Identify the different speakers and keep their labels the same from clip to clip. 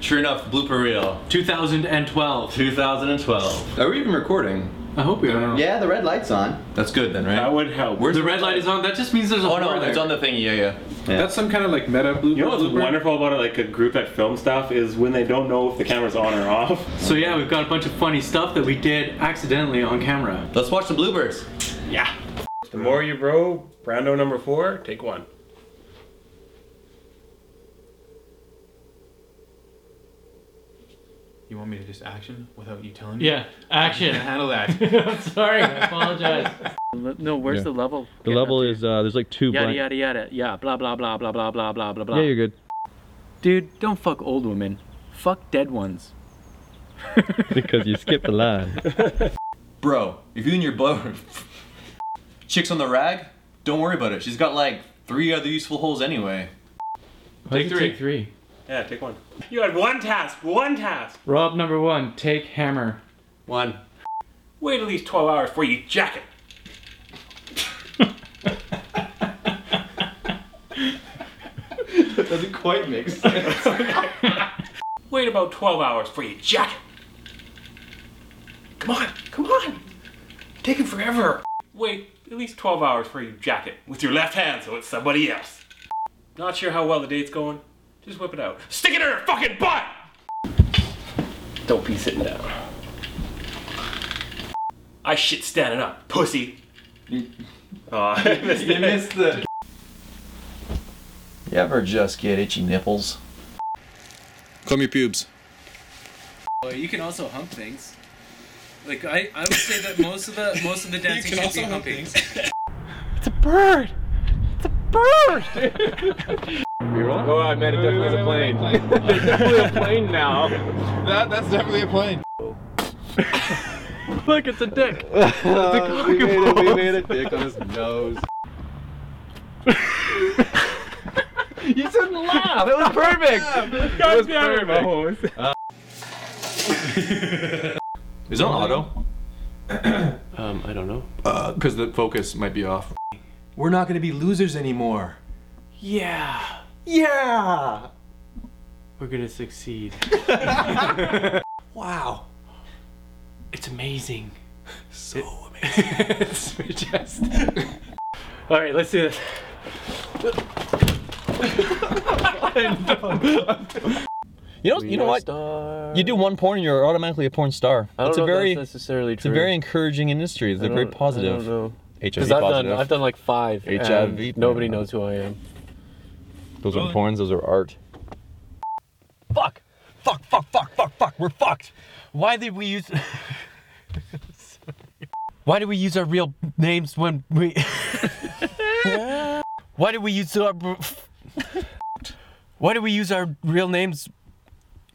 Speaker 1: Sure enough, blooper reel,
Speaker 2: 2012.
Speaker 1: 2012.
Speaker 3: Are we even recording?
Speaker 2: I hope we are. Uh,
Speaker 4: Yeah, the red light's on.
Speaker 1: That's good then, right?
Speaker 5: That would help.
Speaker 1: Where's
Speaker 2: The red light is on. That just means there's a
Speaker 1: Oh
Speaker 2: horror
Speaker 1: no,
Speaker 2: there.
Speaker 1: it's on the thing. Yeah, yeah.
Speaker 5: That's
Speaker 4: That's
Speaker 5: some kind of like meta blooper. You know what's wonderful about like a group that films stuff is when they don't know if the camera's on or off.
Speaker 2: so yeah, we've got a bunch of funny stuff that we did accidentally on camera.
Speaker 1: Let's watch the bloopers.
Speaker 5: Yeah. The more you row, Brando number four, take one.
Speaker 6: You want me to just action without you telling me?
Speaker 7: Yeah, action.
Speaker 6: Handle that.
Speaker 7: I'm sorry, I apologize. No, where's
Speaker 8: Yeah.
Speaker 7: the level?
Speaker 8: The level is uh, there's like two.
Speaker 7: Yada
Speaker 8: blind-
Speaker 7: yada yada. Yeah, blah blah blah blah blah blah blah blah blah.
Speaker 8: Yeah, you're good.
Speaker 7: Dude, don't fuck old women. Fuck dead ones.
Speaker 8: Because you skipped the line.
Speaker 1: Bro, if you and your blow chicks on the rag, don't worry about it. She's got like three other useful holes anyway.
Speaker 6: Take three. Take three.
Speaker 5: Yeah, take one. You had one task, one task.
Speaker 7: Rob number one, take hammer.
Speaker 5: One. Wait at least 12 hours before you jack it.
Speaker 6: Doesn't quite make sense.
Speaker 5: Wait about 12 hours before you jack it. Come on, come on. Take it forever. Wait at least 12 hours before you jack it with your left hand so it's somebody else. Not sure how well the date's going? Just whip it out. Stick it in her fucking butt! Don't be sitting down. I shit standing up, pussy. Aw, I missed it.
Speaker 1: You ever just get itchy nipples?
Speaker 3: Comb your pubes.
Speaker 9: Well, you can also hump things. Like I, I would say that most of the most of the dancing should be humping.
Speaker 6: Oh, I meant it definitely was a plane.
Speaker 3: That, that's definitely a plane.
Speaker 7: Look, it's a dick.
Speaker 3: we, made a, we made a dick on his nose.
Speaker 7: you shouldn't laugh. It was perfect.
Speaker 1: Is it on auto?
Speaker 2: Um, I don't know.
Speaker 3: Because Uh, the focus might be off. We're not going to be losers anymore.
Speaker 2: Yeah,
Speaker 3: Yeah!
Speaker 2: we're gonna succeed.
Speaker 3: Wow.
Speaker 2: It's amazing.
Speaker 3: So amazing.
Speaker 2: it's just. All right, let's do this.
Speaker 1: You know, you know what? You do one porn, you're automatically a porn star.
Speaker 7: I don't
Speaker 1: It's
Speaker 7: know
Speaker 1: a
Speaker 7: if
Speaker 1: very,
Speaker 7: that's necessarily
Speaker 1: it's a
Speaker 7: true.
Speaker 1: very encouraging industry. It's a very positive.
Speaker 7: I don't know.
Speaker 1: HIV
Speaker 7: Because I've done,
Speaker 1: positive.
Speaker 7: I've done like five. and
Speaker 1: HIV.
Speaker 7: Nobody knows who I am.
Speaker 1: Those aren't porns, those are art. Fuck! Fuck, fuck, fuck, fuck, fuck, we're fucked! Why did we use. Why did we use our real names when we. Why did we use our. Why did we use our real names?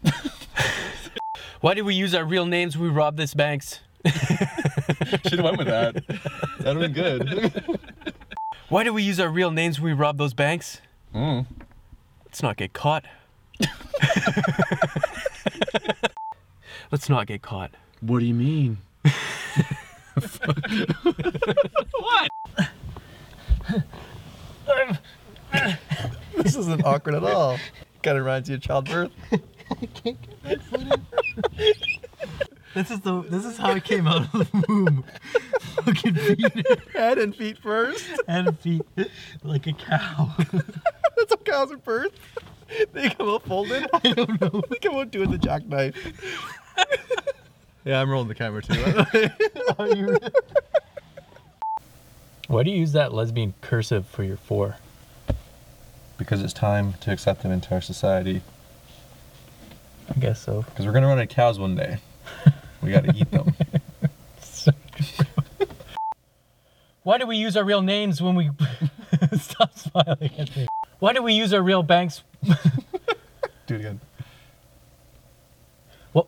Speaker 1: Why did we use our real names? when We robbed this banks.
Speaker 3: Should have went with that. That would have been good.
Speaker 1: Why did we use our real names? when We robbed those banks. Let's not get caught. Let's not get caught.
Speaker 7: What do you mean?
Speaker 3: this isn't awkward at all. Kind of reminds you of childbirth.
Speaker 8: This is the this is how it came out of the womb. Fucking feet
Speaker 3: Head and feet first.
Speaker 8: and feet like a cow.
Speaker 3: That's how cows are birthed. They come out folded. I don't know. They come out doing the jackknife. yeah, I'm rolling the camera too.
Speaker 7: Why do you use that lesbian cursive for your four?
Speaker 3: because it's time to accept them into our society.
Speaker 7: I guess so.
Speaker 3: Because we're gonna run out of cows one day. We gotta eat them.
Speaker 7: Why do we use our real names when we stop smiling at me? Why do we use our real banks?
Speaker 3: Do it again.
Speaker 7: What?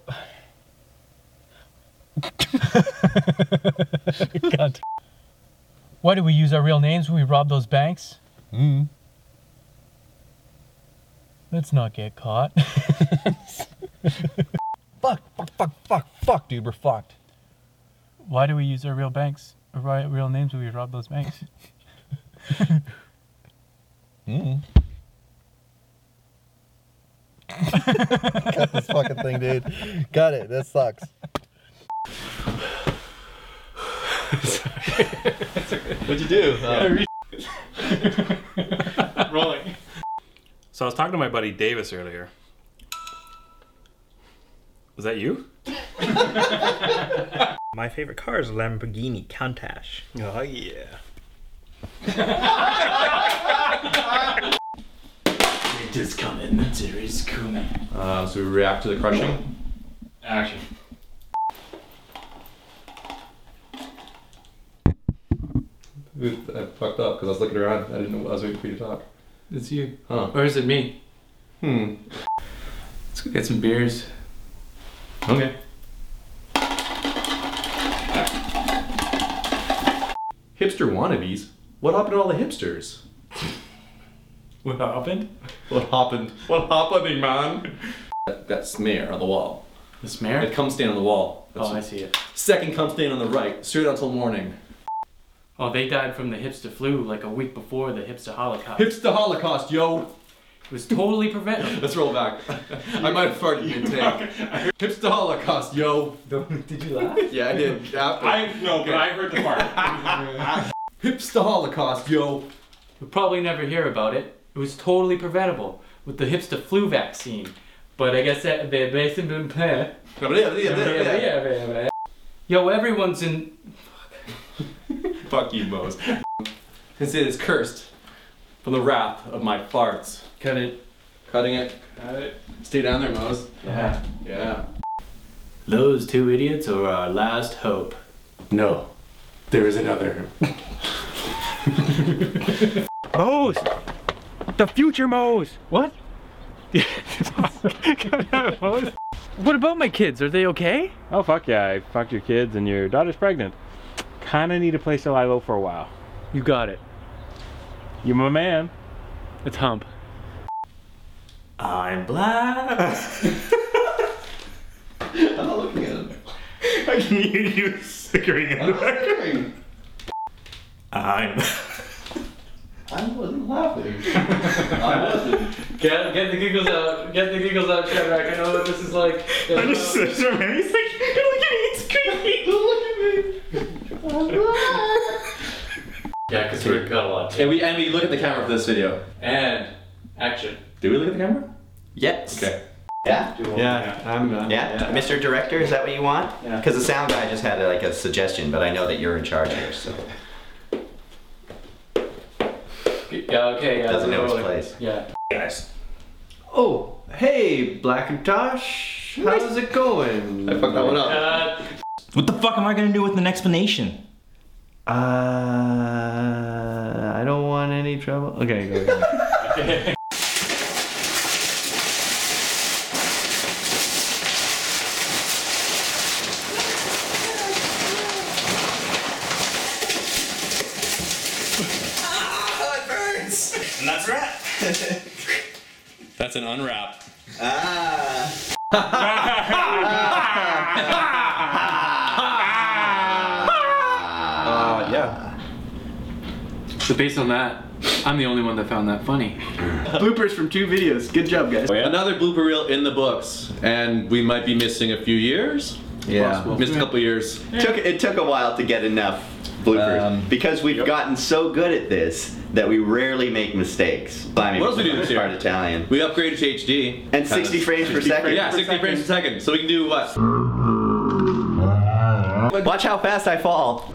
Speaker 7: God. Why do we use our real names when we rob those banks?
Speaker 3: Mm.
Speaker 7: Let's not get caught.
Speaker 3: Fuck, fuck, fuck, fuck, fuck, dude, we're fucked.
Speaker 7: Why do we use our real banks? Our ri- real names when we rob those banks?
Speaker 3: Mm. Cut this fucking thing, dude. Got it. That sucks.
Speaker 6: What'd you do? Rolling.
Speaker 5: So I was talking to my buddy Davis earlier. Was that you?
Speaker 4: My favorite car is a Lamborghini Countach.
Speaker 6: Oh yeah.
Speaker 1: Uh, so we react to the crushing.
Speaker 5: Action.
Speaker 1: I fucked up because I was looking around. I didn't know I was waiting for you to talk.
Speaker 2: It's you.
Speaker 1: Huh.
Speaker 2: Or is it me?
Speaker 1: Hmm.
Speaker 2: Let's go get some beers.
Speaker 1: Okay. Hipster wannabes? What happened to all the hipsters?
Speaker 5: What happened?
Speaker 1: What happened? What happening, man? That, that smear on the wall.
Speaker 2: The smear?
Speaker 1: It comes stain on the wall. That's
Speaker 2: Oh, I see it.
Speaker 1: Second comes stain on the right, straight until morning.
Speaker 2: Oh, they died from the hipster flu like a week before the hipster holocaust.
Speaker 1: Hips to Holocaust, yo!
Speaker 2: It was totally preventable.
Speaker 1: Let's roll back. I might have farted in tank. Hips to Holocaust, yo!
Speaker 4: Did you laugh?
Speaker 1: Yeah, I did. I...
Speaker 5: I no, but I heard the part.
Speaker 1: Hips to Holocaust, yo!
Speaker 2: You'll probably never hear about it. It was totally preventable with the hipster flu vaccine. But I guess that they basically been Yo, everyone's in.
Speaker 1: Fuck you, Mose. This is cursed from the wrath of my farts.
Speaker 2: Cut it.
Speaker 1: Cutting it. Stay down there, Mose.
Speaker 2: Yeah.
Speaker 1: Yeah.
Speaker 2: Those two idiots are our last hope.
Speaker 1: No. There is another.
Speaker 4: Mose! The future Mose!
Speaker 7: What?
Speaker 4: What about my kids? Are they okay?
Speaker 10: Oh fuck yeah, I fucked your kids and your daughter's pregnant. Kinda need to play Salivo for a while.
Speaker 4: You got it.
Speaker 10: You my man.
Speaker 4: It's Hump.
Speaker 6: I'm black.
Speaker 1: I'm not looking at him.
Speaker 6: I can hear you snickering in the back. I'm.
Speaker 1: I wasn't laughing. I wasn't.
Speaker 2: Get, get the giggles out. Get the giggles out, Shadrach. I know what this is like.
Speaker 6: I just searched him and he's like, look at me, it's creepy. Look at me.
Speaker 2: Yeah, because we've got a lot.
Speaker 1: And we and we look at the camera for this video.
Speaker 2: And action.
Speaker 1: Do we look at the camera?
Speaker 11: Yes.
Speaker 1: Okay.
Speaker 11: Yeah.
Speaker 6: Yeah, I'm. Uh,
Speaker 11: Yeah. Mr. Director, is that what you want? Because the sound guy just had like a suggestion, but I know that you're in charge here, so
Speaker 2: Yeah, okay, yeah.
Speaker 11: doesn't know
Speaker 2: we're
Speaker 11: his
Speaker 2: rolling.
Speaker 11: place.
Speaker 2: Yeah.
Speaker 4: Oh, hey, Blackintosh. How's it going?
Speaker 1: I fucked that one up.
Speaker 2: Uh,
Speaker 4: What the fuck am I gonna do with an explanation? Uh, I don't want any trouble. Okay, go ahead.
Speaker 11: Birds.
Speaker 5: That's an unwrap.
Speaker 11: Ah.
Speaker 1: Uh, yeah.
Speaker 2: so based on that, I'm the only one that found that funny.
Speaker 4: Bloopers from two videos. Good job, guys.
Speaker 1: Another blooper reel in the books, and we might be missing a few years.
Speaker 11: Yeah.
Speaker 1: Missed a couple years.
Speaker 11: Took it took a while to get enough bloopers
Speaker 1: Um,
Speaker 11: because we've gotten so good at this that we rarely make mistakes. Blimey,
Speaker 1: What else we do this year?
Speaker 11: Part Italian.
Speaker 1: We upgraded to HD.
Speaker 11: And 60 frames per second.
Speaker 1: Yeah, 60 frames per second. So we can do what?
Speaker 11: Watch how fast I fall.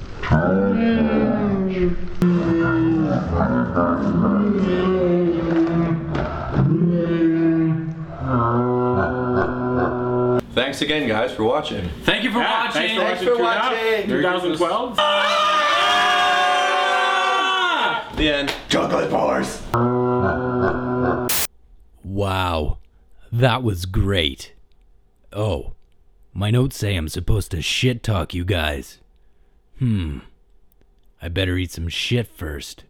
Speaker 1: Thanks again, guys, for watching.
Speaker 2: Thank you for watching.
Speaker 11: Thanks for watching.
Speaker 5: 2012.
Speaker 1: Ah! The end.
Speaker 11: Chocolate bars.
Speaker 4: Wow, that was great. Oh, my notes say I'm supposed to shit talk you guys. Hmm, I better eat some shit first.